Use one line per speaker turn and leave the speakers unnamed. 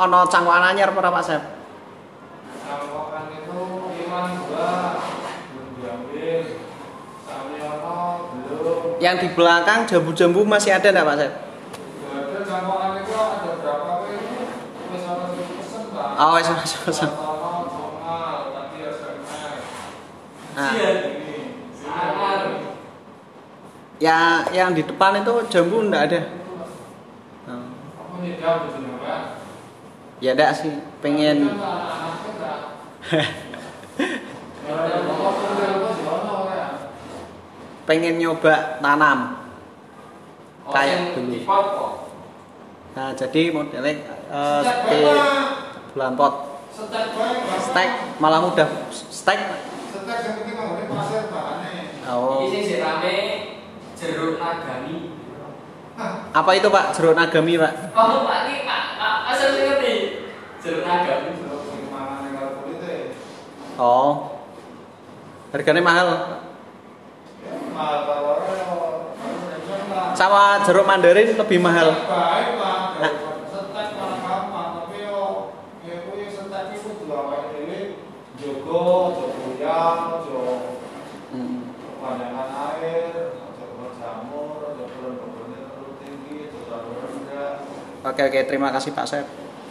Ono cangkokan anyar apa ora, Pak Sep?
Cangkokan itu iman gua belum diambil. Samyono belum.
Yang di belakang jambu-jambu masih ada enggak Pak Sep?
Ada cangkokan itu ada berapa kowe ini? Wis ana sing pesen, Pak.
Oh, Ah. wis ana sing pesen.
Ono Jongal, tadi SMS.
Nah,
Iya, ini. Ini.
ya yang di depan itu jambu enggak ada. Oh.
Aku nyedal di sini, Pak. kan
Ya enggak sih, pengen pengen nyoba tanam. Oh, Kayak dulu. Nah, jadi modelnya eh, seperti bulan pot.
Setek bae, Pak.
Stek malah mudah stek.
Setek yang penting mau ini pasir bahannya.
Iki
Oh.
sing sing rame jeruk nagami.
Apa itu Pak? Jeruk nagami, Pak?
Oh, Pak iki Pak, Pak asal sing ngerti. Jeruk nagami.
Terus yang mana yang kalau kulit ya?
Oh. Harganya mahal.
Ya, mahal tawarnya, baru enak, Pak.
Sama jeruk mandarin lebih mahal.
Setek bae, Pak. Setek malah gampang, tapi yo ya kuwi setek iku kudu awake dhewe jaga, jaga uyang, jaga
Hmm.
pemandangan air, jaga jamur, jaga lembaga tinggi, jaga rendah.
Oke, oke, terima kasih Pak Sep.